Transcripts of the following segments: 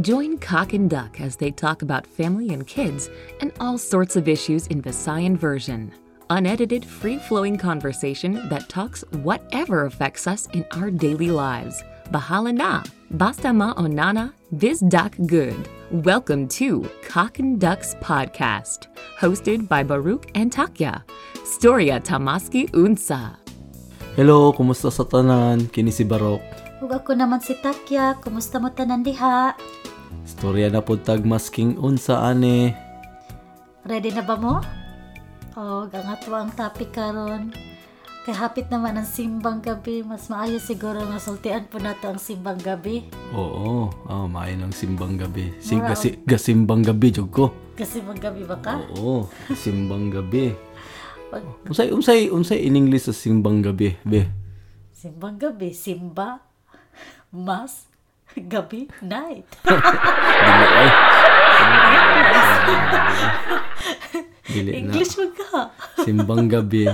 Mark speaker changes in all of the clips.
Speaker 1: Join Cock and Duck as they talk about family and kids and all sorts of issues in Visayan version. Unedited, free flowing conversation that talks whatever affects us in our daily lives. Bahala na! Basta ma onana, biz duck good. Welcome to Cock and Ducks Podcast, hosted by Baruch and Takya. Storia Tamaski Unsa.
Speaker 2: Hello, kumusta sa tanan? Kini si Barok.
Speaker 3: Ug ako naman si Takya, kumusta mo tanan diha?
Speaker 2: Storya na pod tag masking unsa ane.
Speaker 3: Ready na ba mo? O, ang atwa ang topic karon. Kay hapit naman ang simbang gabi, mas maayo siguro nga sultian po nato ang simbang gabi.
Speaker 2: Oo, ah maayo ng simbang gabi. Si
Speaker 3: Mura,
Speaker 2: gasi, gasimbang gabi jud ko.
Speaker 3: Kasi mag gabi ba ka?
Speaker 2: Oo, simbang gabi.
Speaker 3: Pag
Speaker 2: Unsay unsay unsay in English sa simbang gabi, be?
Speaker 3: simbang gabi, simba, mas, gabi, night.
Speaker 2: Dili ay. Dili na. Ah?
Speaker 3: English mag ka.
Speaker 2: Simbang gabi,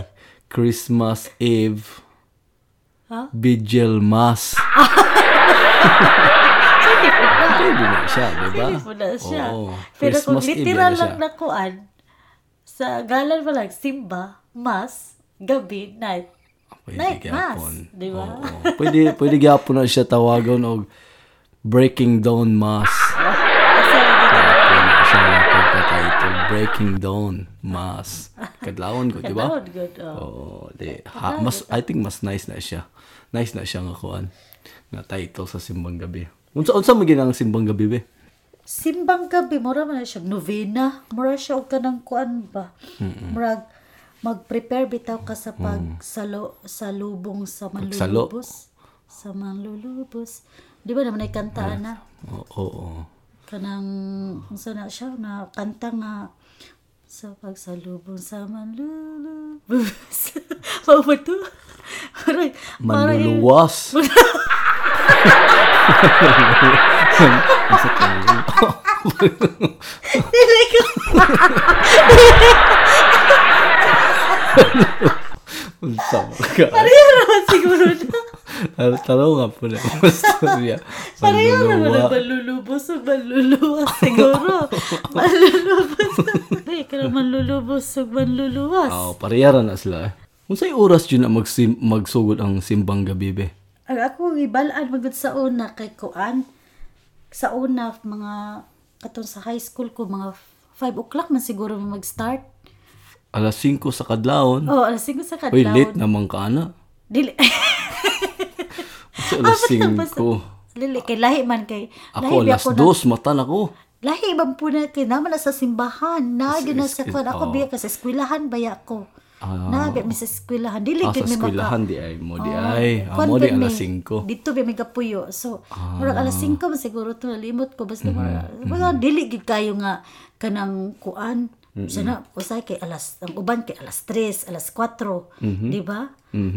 Speaker 2: Christmas Eve.
Speaker 3: Ha?
Speaker 2: Vigil Mass. Pwede na siya, di ba?
Speaker 3: Hindi mo na siya.
Speaker 2: Oo.
Speaker 3: Pero kung
Speaker 2: Christmas Eve
Speaker 3: literal
Speaker 2: na
Speaker 3: lang
Speaker 2: siya.
Speaker 3: nakuan, sa galan pa lang, simba, mas, gabi, night.
Speaker 2: Pwede
Speaker 3: Night
Speaker 2: gyapon.
Speaker 3: mass, di ba?
Speaker 2: Oo. Pwede, pwede gyapon na siya tawagon og Breaking Dawn Mass.
Speaker 3: Ah, Kasi
Speaker 2: Pwede na siya pagka-title. Breaking Dawn Mass. Kadlawon ko, di ba?
Speaker 3: Kadlawon oh. gud, oo.
Speaker 2: Oo, di. Ha, mas, I think mas nice na siya. Nice na siya nga kuan. Nga title sa Simbang Gabi. Unsa unsa mo ginang Simbang Gabi be?
Speaker 3: simbang gabi, mura man na siya, novena, mura siya og kanang kuan ba? Murag, mag-prepare bitaw ka sa pagsalo sa lubong sa
Speaker 2: Pagsalo.
Speaker 3: manlulubos. Sa manlulubos. Di ba naman ay kantaan na?
Speaker 2: Oo, oo.
Speaker 3: kanang unsa na siya na kanta nga sa pagsalubong sa manlulubos. Mao ba to? Parang, parang yung-
Speaker 2: Manluluwas. Unsa ka?
Speaker 3: Dili ko-
Speaker 2: Unsa ka?
Speaker 3: Pareho naman siguro na.
Speaker 2: Al- Tanong nga po na yung storya.
Speaker 3: Pareho naman
Speaker 2: Manluluwa.
Speaker 3: ang manlulubos o manluluwas siguro. Manlulubos. Hindi, kanang manlulubos o manluluwas.
Speaker 2: Oo, parehara na sila eh. Kung sa'yo oras yun na magsim- magsugod ang simbang gabi be?
Speaker 3: Ang ako gibalaan magud sa una kay kuan. Sa una mga katon sa high school ko mga 5 o'clock man siguro mag-start.
Speaker 2: Alas 5 sa kadlawon.
Speaker 3: Oh, alas 5 sa kadlaw.
Speaker 2: Uy, late naman ka na.
Speaker 3: Dili.
Speaker 2: Kasi alas
Speaker 3: Ah, basta- basta-
Speaker 2: 5.
Speaker 3: Dili kay lahi man kay
Speaker 2: Ako
Speaker 3: lahi ba
Speaker 2: alas 2, mata na ko.
Speaker 3: lahi ba po na kay naman na sa simbahan. Na
Speaker 2: Sa
Speaker 3: gyud na sa
Speaker 2: is-
Speaker 3: kuan
Speaker 2: oh.
Speaker 3: ako biya kasi eskwelahan baya ko.
Speaker 2: Ah.
Speaker 3: na biya mi sa eskwelahan. Dili
Speaker 2: Ah, sa
Speaker 3: gyud mi maka
Speaker 2: eskwelahan di ay mo di
Speaker 3: Oh,
Speaker 2: ay.
Speaker 3: kwan
Speaker 2: Amo di
Speaker 3: gyud
Speaker 2: alas Ah. 5.
Speaker 3: may- Dito ba may kapuyo. So, murag alas 5 man siguro to nalimot ko
Speaker 2: Mm-hmm.
Speaker 3: basta mura. Mga dili gid kayo nga kanang kuan.
Speaker 2: Mm-hmm.
Speaker 3: Sana usay kay alas ang uban kay alas 3, alas 4,
Speaker 2: Mm-hmm.
Speaker 3: di ba?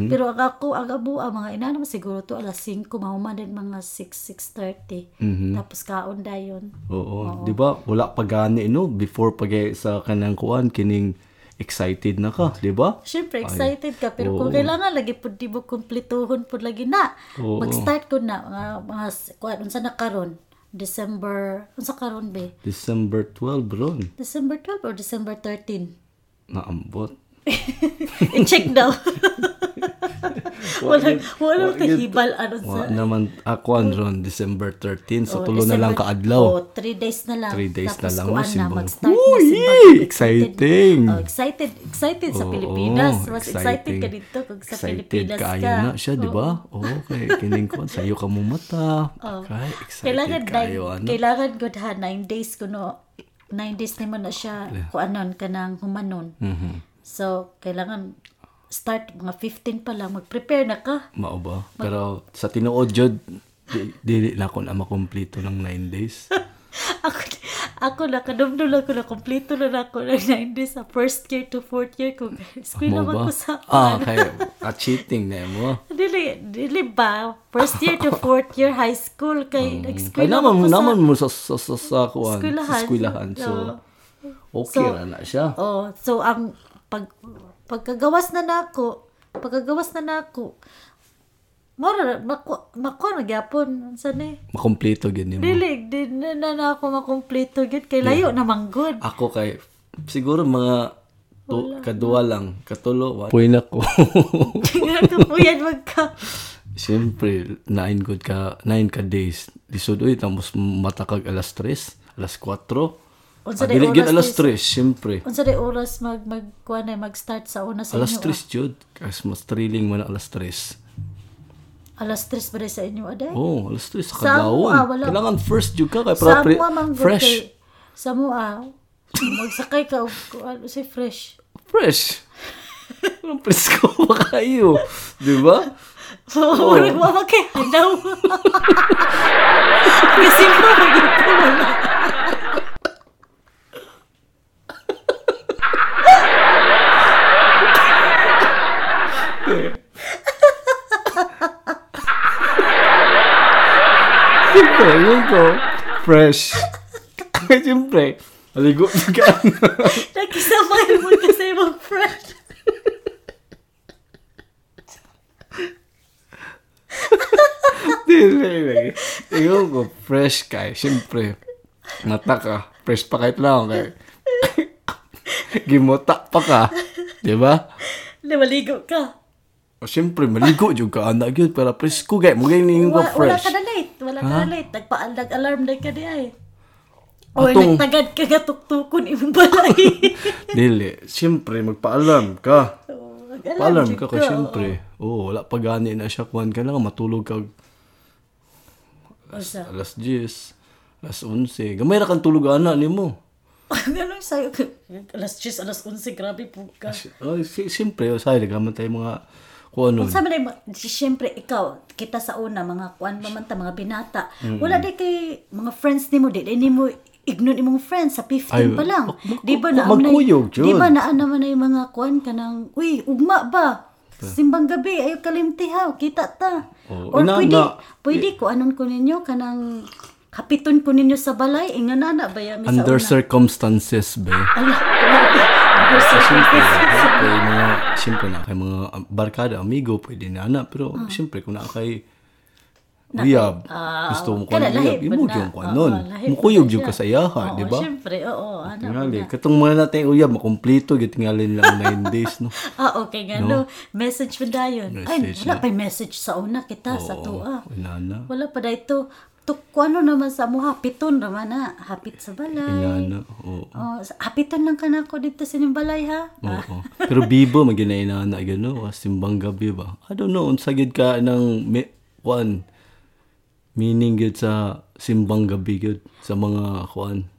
Speaker 3: Pero ang ako ang abo ang mga ina naman siguro to alas 5 mahuman din mga 6 6:30.
Speaker 2: Mm-hmm.
Speaker 3: Tapos kaon dayon.
Speaker 2: Oo, di ba? Wala pa gani no before pag sa kanang kuan kining excited na ka, di ba?
Speaker 3: Siyempre, excited ka. Pero
Speaker 2: oo.
Speaker 3: kung kailangan, lagi po di mo kumplituhon po lagi na.
Speaker 2: Oo.
Speaker 3: Mag-start ko na. Mga, mga, kuan, unsa na karon December, unsa karon be?
Speaker 2: December 12 ron.
Speaker 3: December 12 or December 13?
Speaker 2: Naambot.
Speaker 3: I-check daw. walang, walang kahibal. Ano
Speaker 2: Wa
Speaker 3: sa...
Speaker 2: naman ako an ron December 13 so
Speaker 3: Oh,
Speaker 2: tulo na lang
Speaker 3: December-
Speaker 2: kaadlaw.
Speaker 3: Oh, three days na lang.
Speaker 2: Three days na
Speaker 3: Tapos
Speaker 2: lang,
Speaker 3: kuan
Speaker 2: no,
Speaker 3: na,
Speaker 2: simbang-
Speaker 3: mag-start
Speaker 2: Uy,
Speaker 3: na simbang.
Speaker 2: yee! Exciting!
Speaker 3: Oh, excited. Excited sa
Speaker 2: Oo,
Speaker 3: Pilipinas. Mas
Speaker 2: exciting.
Speaker 3: excited ka dito kung sa Pilipinas ka.
Speaker 2: Excited kaayo na siya, di ba? Oo, kay kining kuan sayo ka mo mata. Okay, excited
Speaker 3: Kailangan
Speaker 2: kayo
Speaker 3: nine,
Speaker 2: ano.
Speaker 3: kailangan good ha, nine days ko no, nine days naman na siya, kung anon ka nang humanon.
Speaker 2: Mm-hmm.
Speaker 3: So, kailangan start mga 15 pa lang, mag-prepare na ka.
Speaker 2: Mao ba? Pero sa tinuod jud di- dili na ko na makumpleto ng 9 days.
Speaker 3: Ako, ako na, kadumdum ako na, kompleto na na ako ng nine days sa first year to fourth year ko. School
Speaker 2: Mao
Speaker 3: naman
Speaker 2: ba?
Speaker 3: ko sa
Speaker 2: Ah, kay ah, cheating na mo.
Speaker 3: Dili, dili ba? First year to fourth year high school kay
Speaker 2: Ay,
Speaker 3: nag-school
Speaker 2: naman,
Speaker 3: naman ko sa-
Speaker 2: naman Mm. mo sa, sa, sa, sa, kuan, sa
Speaker 3: Eskwelahan.
Speaker 2: eskwelahan. So, okay
Speaker 3: So-
Speaker 2: ra na siya.
Speaker 3: Oh, so ang pag pagkagawas na nako, pagkagawas na nako, Mo ra mako mako na gyapon sa ni.
Speaker 2: Makumpleto gid nimo.
Speaker 3: Dili di na, na, na ako makumpleto gyud kay layo na manggod.
Speaker 2: Ako kay siguro mga tu, kadua lang, katulo. wa- Puy na ko.
Speaker 3: Kapuyad magka.
Speaker 2: Siyempre, nine good ka, nine ka days. Lisod uy, tapos matakag alas tres, alas kwatro. Ah,
Speaker 3: Unsa day
Speaker 2: dili gid
Speaker 3: oras,
Speaker 2: alas
Speaker 3: Luis?
Speaker 2: tres, siyempre.
Speaker 3: Unsa day eh, oras mag magkuan na mag-start sa una sa
Speaker 2: Alas
Speaker 3: inyo?
Speaker 2: tres, jud. Kasi mas thrilling man ang alas tres.
Speaker 3: ah? Alas 3 ba rin sa inyo aday?
Speaker 2: Oh, alas tres, sa
Speaker 3: Sa
Speaker 2: kadawon.
Speaker 3: mua, wala.
Speaker 2: Kailangan first jud ka kay
Speaker 3: sa
Speaker 2: proper,
Speaker 3: mga manggod
Speaker 2: fresh.
Speaker 3: kay sa mua. Magsakay ka og kuan say fresh.
Speaker 2: Fresh. Ang presko ba kayo? Di ba?
Speaker 3: Oo, oh. mama kay hanaw. Kasi ko magito wala.
Speaker 2: Siyempre, yun ko. Fresh. Kaya siyempre, aligo na ka.
Speaker 3: Nakisabay mo kasi imong fresh.
Speaker 2: Siyempre, Ikaw ko, fresh kay. Siyempre, nata ka. Fresh pa kahit lang kay. Gimota pa ka. Di ba?
Speaker 3: Namaligo ka.
Speaker 2: O siyempre, maligo yung ka anak yun. Pero presko kay. Mugay ninyo
Speaker 3: Wa,
Speaker 2: ka
Speaker 3: wala ka
Speaker 2: fresh.
Speaker 3: na late. Wala ka na late. Nagpa- nag-alarm na ka di ay. Or
Speaker 2: Atong-
Speaker 3: nagtagad ka nga tuktukon imong balay.
Speaker 2: Dili. Siyempre, magpaalam ka.
Speaker 3: Oo, nag-alarm
Speaker 2: Paalam
Speaker 3: jud
Speaker 2: ka ko, siyempre. Oo, wala pa gani na siya. Kuhan ka lang, matulog ka.
Speaker 3: Oo. Usa.
Speaker 2: Alas 10, alas 11. Gamay ra kang tulog ana nimo.
Speaker 3: Ganun sa'yo. Alas 10, alas 11, grabe po ka.
Speaker 2: Oh, si siyempre, usahay nagaman tayo mga kung ano.
Speaker 3: Sa man siyempre ikaw kita sa una mga kuan pa man ta mga binata. Wala di kay mga friends nimo di di nimo ignon imong friends sa 15
Speaker 2: Ay,
Speaker 3: pa lang.
Speaker 2: mag-
Speaker 3: Di ba na ang
Speaker 2: magkuyog
Speaker 3: Di ba
Speaker 2: yun.
Speaker 3: na naman ay mga kuan kanang uy ugma ba? Simbang gabi ayo kalimtihaw kita ta.
Speaker 2: Oo, eh.
Speaker 3: Or
Speaker 2: ina-
Speaker 3: pwede
Speaker 2: na-
Speaker 3: pwede ko anon ko ninyo kanang kapiton ko ninyo sa balay ingon na na ba yami sa
Speaker 2: Under
Speaker 3: una.
Speaker 2: circumstances ba?
Speaker 3: Ala, grabe. Under
Speaker 2: Siyempre,
Speaker 3: circumstances.
Speaker 2: siyempre, mga, siyempre na kay mga barkada, amigo, pwede na ana. Pero siyempre, kung na kay uyab,
Speaker 3: Ah,
Speaker 2: gusto mo ko
Speaker 3: kada
Speaker 2: ng uyab,
Speaker 3: lahib ba
Speaker 2: imog
Speaker 3: na? Ah,
Speaker 2: yung kwan
Speaker 3: Oo,
Speaker 2: nun.
Speaker 3: lahib
Speaker 2: Mukuyog
Speaker 3: na
Speaker 2: yung
Speaker 3: siya.
Speaker 2: kasayahan,
Speaker 3: Oo,
Speaker 2: di ba?
Speaker 3: Siyempre, oo. Ano,
Speaker 2: Tingali.
Speaker 3: ano.
Speaker 2: Katong mga natin uyab, makumplito, gitingali lang 9 days, no?
Speaker 3: Ah, okay nga, no. Message mo dayon. Ay,
Speaker 2: Message
Speaker 3: wala
Speaker 2: na.
Speaker 3: pa message sa una kita, Ah, sa tuwa.
Speaker 2: Inana.
Speaker 3: Wala pa dahito. Tukwa ano naman sa mo, hapiton naman na. Hapit sa balay.
Speaker 2: Inana, oo.
Speaker 3: Oh, sa- hapiton lang ka na ako dito sa inyong balay, ha? Ah,
Speaker 2: Oo. Pero bibo maginaina na gano ah, simbang gabi ba. I don't know unsa gid ka ng mi- one meaning gid sa simbang gabi gid sa mga kuan.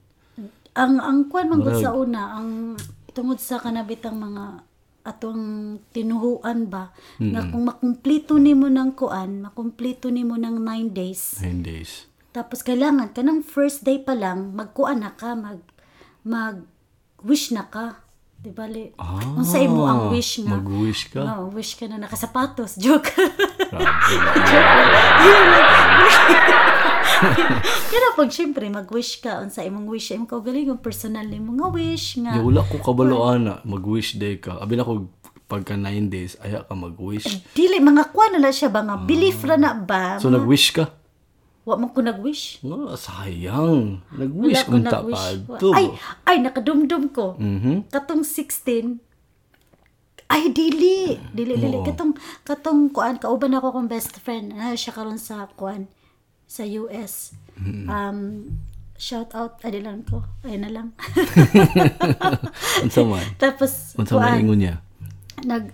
Speaker 3: Ang ang kwan man gud sa una, ang tungod sa kanabitang mga atong tinuhuan ba nga kung makumpleto nimo ng kuan, makumpleto nimo ng nine days.
Speaker 2: Nine days.
Speaker 3: Tapos kailangan ka ng first day pa lang magkuan na ka, mag mag wish na ka. Di ba? Li? Unsa imo ang wish nga?
Speaker 2: Ah, Mag-wish ka.
Speaker 3: No, wish ka na nakasapatos. Joke.
Speaker 2: Grabe.
Speaker 3: Kaya pag syempre mag-wish ka unsa imong wish imong kaugaling ang personal nimo nga wish nga.
Speaker 2: Di wala ko kabalo ana mag-wish day ka. Abi na ko pagka nine days aya ka mag-wish.
Speaker 3: Dili mga kuan na lang siya ba nga belief ra na ba?
Speaker 2: Ah. So nag-wish ka.
Speaker 3: Wa man ko nag-wish.
Speaker 2: Nga sayang.
Speaker 3: Wala
Speaker 2: Nag-wish
Speaker 3: ko
Speaker 2: unta
Speaker 3: nag-wish.
Speaker 2: pa
Speaker 3: Wa-
Speaker 2: to.
Speaker 3: Ay, ay nakadumdum ko.
Speaker 2: Mm-hmm.
Speaker 3: Katong 16, ay dili, dili dili katong katong kuan kauban ako kong best friend. Ah, siya karon sa kuan sa US.
Speaker 2: Mm-hmm.
Speaker 3: Um shout out ay di lang ko. Ay na lang.
Speaker 2: Unsa man?
Speaker 3: Tapos
Speaker 2: Unsa man ingon niya?
Speaker 3: nag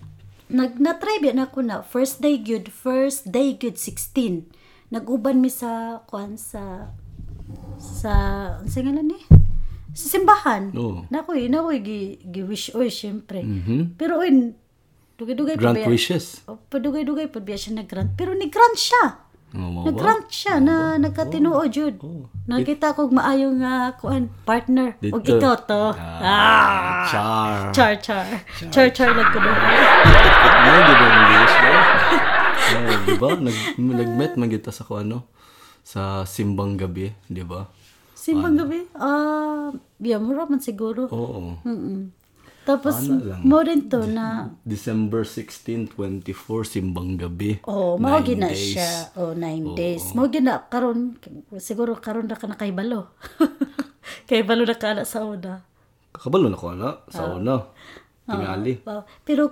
Speaker 3: nag na try na ako na first day good first day good 16 naguban mi sa kuan sa sa unsa nga ni sa simbahan
Speaker 2: Oo.
Speaker 3: na ko na eh, gi, gi wish oy syempre pero in dugay-dugay pa
Speaker 2: Grant
Speaker 3: biya-
Speaker 2: wishes.
Speaker 3: O, padugay-dugay pa biya siya nag-grant pero ni-grant siya
Speaker 2: Nga mawa.
Speaker 3: nag-grant siya na nagkatinuo jud nakita ko maayo nga kuan partner og
Speaker 2: Dito.
Speaker 3: ikaw to ah,
Speaker 2: Char.
Speaker 3: char char char char lang ko dugay.
Speaker 2: Ano di ba ang English ba? Ah, di ba? Nag, nag-met man kita sa kung ano? Sa simbang gabi, di ba? Ano?
Speaker 3: Simbang gabi? Ah, yeah, mura man siguro.
Speaker 2: Oo.
Speaker 3: Tapos,
Speaker 2: Oh, Ano lang.
Speaker 3: mo rin to na,
Speaker 2: December 16, 24, simbang gabi.
Speaker 3: oh, mao
Speaker 2: Nine
Speaker 3: gina
Speaker 2: days.
Speaker 3: siya. Oh, nine days. Mao gina, karon siguro karon na ka na kay Balo. kay Balo na ka na sa una.
Speaker 2: Kakabalo na ko, ana. Sa
Speaker 3: Ah.
Speaker 2: una. Tingali.
Speaker 3: Wow. Pero,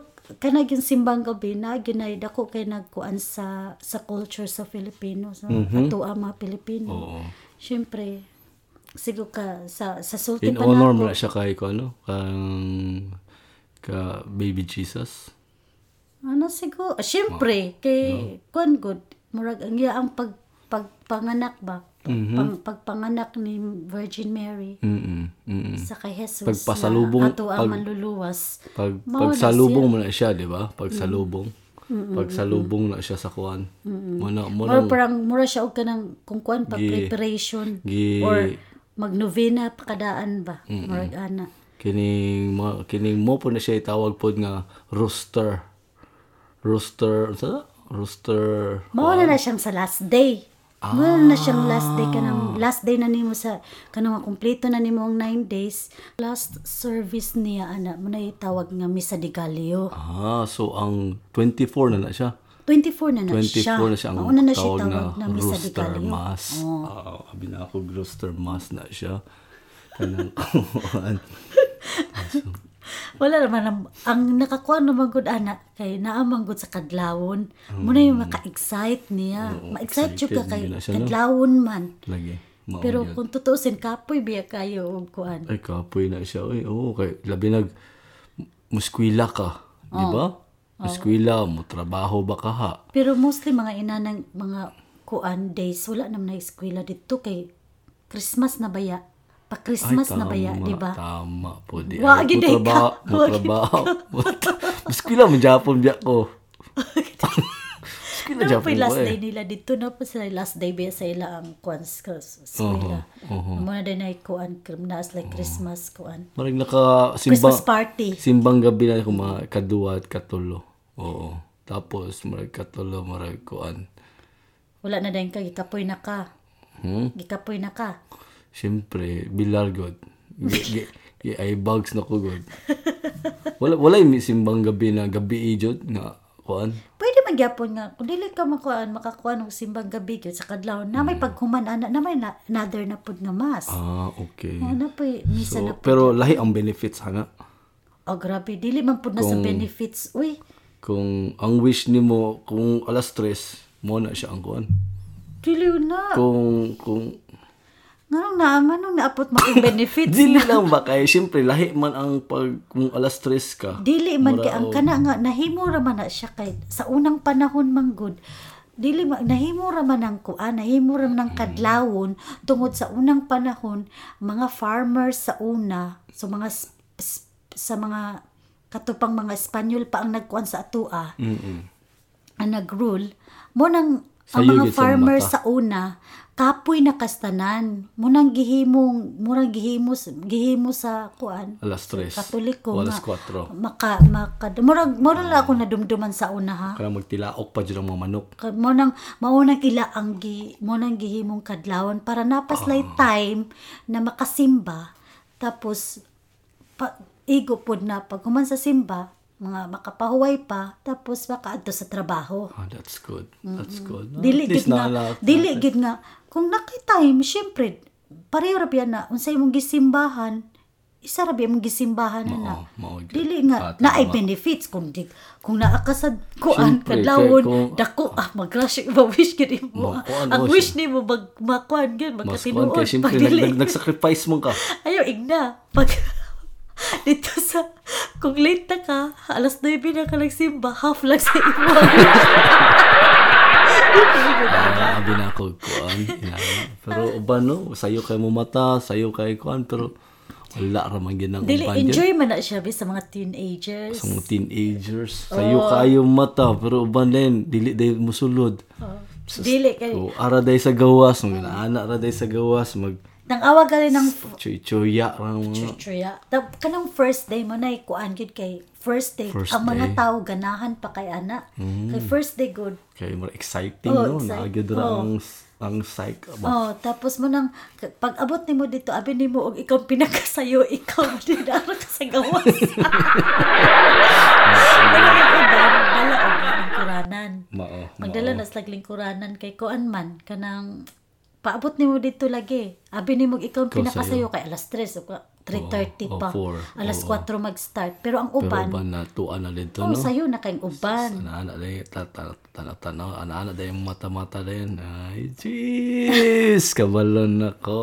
Speaker 3: kanag yung simbang gabi na, ginay, dako kay nagkuan sa, sa culture sa Filipino. Sa ato ang mga Pilipino.
Speaker 2: Mhm. Oo.
Speaker 3: Siyempre, sigo ka, sa, sa sulti
Speaker 2: In
Speaker 3: pa
Speaker 2: honor
Speaker 3: na ako.
Speaker 2: mo na siya kay ko, ano? Kang, ka baby Jesus.
Speaker 3: Ano siguro? Ah, Siyempre, kay kwan good. Murag ang iya ang pag pagpanganak ba?
Speaker 2: Mhm.
Speaker 3: Pag, pagpanganak ni Virgin Mary
Speaker 2: Mm-mm. mm-mm.
Speaker 3: sa kay Jesus
Speaker 2: Mm. Pagpasalubong-
Speaker 3: na ato ang
Speaker 2: pag-
Speaker 3: manluluwas.
Speaker 2: Pag,
Speaker 3: Mao na Mm.
Speaker 2: pagsalubong mo na siya, di ba? Pagsalubong. Pagsalubong na siya sa kuan. Muna,
Speaker 3: siya.
Speaker 2: muna,
Speaker 3: Or parang mura siya og kanang kung kwan pa
Speaker 2: Gi-
Speaker 3: preparation
Speaker 2: gi-
Speaker 3: or magnovena pa kadaan ba? Murag ana.
Speaker 2: kining mo, kining mo po na siya itawag po nga rooster. Rooster, sa? Rooster.
Speaker 3: Mao na na siyang sa last day. Mao na na siyang last day
Speaker 2: Ah.
Speaker 3: kanang last day na nimo sa kanang nga kumpleto na nimo ang nine days. Last service niya ana mo na itawag nga misa de Galileo.
Speaker 2: Ah, so ang 24 na na siya.
Speaker 3: 24 na na
Speaker 2: 24
Speaker 3: siya.
Speaker 2: na siya ang
Speaker 3: Mao na na siya
Speaker 2: tawag na,
Speaker 3: tawag na misa de
Speaker 2: rooster
Speaker 3: Galileo.
Speaker 2: mass. Ah, sabi na ako, rooster mass na siya. Kanang,
Speaker 3: Wala naman ang, ang nakakuha naman gud ana kay naamang gud sa kadlawon. Mo na yung maka-excite
Speaker 2: Hmm.
Speaker 3: niya.
Speaker 2: Oo,
Speaker 3: Ma-excite jud ka
Speaker 2: excited
Speaker 3: kay
Speaker 2: na siya, no?
Speaker 3: kadlawon man.
Speaker 2: lagi. Mao
Speaker 3: Pero
Speaker 2: yun.
Speaker 3: kung tutuusin kapoy biya kayo og kuan.
Speaker 2: Ay, kapoy na siya. Ay, oo, kay, labi nag, muskwila ka. Di ba? Muskwila, mo trabaho ba ka ha?
Speaker 3: Pero mostly mga ina ng mga kuan days, wala naman na eskwela dito kay Christmas na baya. Pa Christmas na baya, di ba?
Speaker 2: Tama po. Di,
Speaker 3: Wa,
Speaker 2: ay,
Speaker 3: giday ka.
Speaker 2: mutrabaho,
Speaker 3: Wa,
Speaker 2: mutrabaho. Muskwila mo, Japon biya ko. Muskwila,
Speaker 3: Ano pa
Speaker 2: Japon
Speaker 3: yung
Speaker 2: ko
Speaker 3: last day
Speaker 2: eh.
Speaker 3: nila dito na pa sila last day ba sa ila ang kuan sa eskwela. Muna din ay kuan Christmas like Christmas kuan.
Speaker 2: Maraming naka
Speaker 3: Christmas party.
Speaker 2: Simbang gabi na kung mga kadua at katulo. Oo. Tapos, marag katulo, marag kuan.
Speaker 3: Wala na din ka gikapoy na ka.
Speaker 2: Hmm?
Speaker 3: Gikapoy na ka.
Speaker 2: Siyempre, bilar god. Gi- gi- gi- Ay bugs na ko god. Wala wala yung simbang gabi na gabi ijod na kuan.
Speaker 3: Pwede magyapon nga kung dili ka makuan makakuan og simbang gabi gyud sa kadlawon na may paghuman ana na may na, another na pud nga mas.
Speaker 2: Mm. Ah, okay.
Speaker 3: Ano pa yung misa na
Speaker 2: So, pero lahi ang benefits hana.
Speaker 3: Oh, grabe. Dili man po na sa benefits. Uy,
Speaker 2: Kung ang wish nimo kung alas tres, mo na siya ang kuan.
Speaker 3: dili na.
Speaker 2: Kung kung
Speaker 3: Nganong naaman nung naapot mo kong benefits.
Speaker 2: dili lang ba kay siyempre lahi man ang pag kung alas tres ka.
Speaker 3: dili man kay ang kana nga nahimo ra man na siya kay sa unang panahon manggod. Dili ma, nahimo ra man ang kuan, nahimo ra man ang kadlawon tungod sa unang panahon mga farmers sa una, so mga s- s- sa mga katupang mga Espanyol pa ang nagkuan sa atua. ang nagrule, mo nang ang
Speaker 2: Sayo
Speaker 3: mga
Speaker 2: gyud sa
Speaker 3: farmers
Speaker 2: mata.
Speaker 3: sa una kapoy na kastanan mo nang gihimong mo nang gihimo gihimo sa kuan
Speaker 2: Alas tres.
Speaker 3: katoliko
Speaker 2: o alas
Speaker 3: nga.
Speaker 2: kwatro.
Speaker 3: maka maka murag murag lang ako nadumduman sa una ha
Speaker 2: Kaya magtilaok pa dyan ang mga manok.
Speaker 3: Ka- mo nang maunang ila ang gi mo nang gihimong kadlawon para napaslay
Speaker 2: Ah.
Speaker 3: time na makasimba tapos pa, igo pod na pag human sa simba mga makapahuway pa tapos makaadto sa trabaho
Speaker 2: Ah, that's good. That's good. Ah,
Speaker 3: dili
Speaker 2: at least
Speaker 3: gid nga
Speaker 2: naala-
Speaker 3: dili gid nga kung nakitime syempre pareho ra biya na unsay imong gisimbahan isa ra biya imong gisimbahan na
Speaker 2: mao gyud.
Speaker 3: dili nga
Speaker 2: Ah,
Speaker 3: na ay
Speaker 2: tama.
Speaker 3: benefits kung di, kung naa ka sa kuan
Speaker 2: Syempre,
Speaker 3: kadlawon
Speaker 2: kay kung-
Speaker 3: dako ah magrasyo ba wish gid mo ah,
Speaker 2: Makuan
Speaker 3: ang
Speaker 2: mo
Speaker 3: wish nimo mag makuan gid
Speaker 2: Mas kuwan
Speaker 3: magkatinuod
Speaker 2: kay
Speaker 3: pag
Speaker 2: siyempre
Speaker 3: dili
Speaker 2: nag, nag, sacrifice mo ka.
Speaker 3: ayaw igna pag dito sa kung late na ka alas 9 na ka nagsimba half lang sa imo
Speaker 2: Ah, abi na ako kuan. Inana. Pero uban no, sayo kay mo mata, sayo kay kuan pero wala ra man gyud ang
Speaker 3: dili
Speaker 2: uban dyan.
Speaker 3: enjoy man na siya bis sa mga teenagers
Speaker 2: Sa mga teenagers,
Speaker 3: Oh.
Speaker 2: sayo kayo mata pero uban din dili day musulod. Sus-
Speaker 3: Oh. Dili kay
Speaker 2: So, ara day sa gawas, mga anak ra day sa gawas, mag
Speaker 3: nang awa ka rin ng
Speaker 2: chuy-chuya ra mga
Speaker 3: chuchuya. Tap kanang first day mo na ikuan gid kay first day.
Speaker 2: First
Speaker 3: ang
Speaker 2: day.
Speaker 3: mga
Speaker 2: Mm.
Speaker 3: tao ganahan pa kay ana. Kay first day good.
Speaker 2: kay more exciting no,
Speaker 3: Oh, exciting.
Speaker 2: na gyud ra
Speaker 3: Oh.
Speaker 2: ang ang psych about.
Speaker 3: Oh, tapos mo nang k- pag abot nimo dito, abi nimo og ikaw pinakasayo, ikaw din ara ka sa gawas. Wala ka ba? Dala og lingkuranan.
Speaker 2: Mao.
Speaker 3: Magdala
Speaker 2: oh.
Speaker 3: na sa lingkuranan kay kuan man kanang paabot nimo dito lagi. Abi nimo og ikaw pinakasayo kay alas 3 o ka- 3:30
Speaker 2: Oo,
Speaker 3: pa.
Speaker 2: oo, 4,
Speaker 3: alas
Speaker 2: oo.
Speaker 3: 4 mag-start. Pero ang
Speaker 2: Pero ano?
Speaker 3: uban,
Speaker 2: ba na tuan na dito,
Speaker 3: oh,
Speaker 2: no?
Speaker 3: sayo na kayong uban.
Speaker 2: Anak-anak dia tak tak tak nak tak nak anak-anak dia yang mata-mata dia. Ai, jeez, kabalon ako.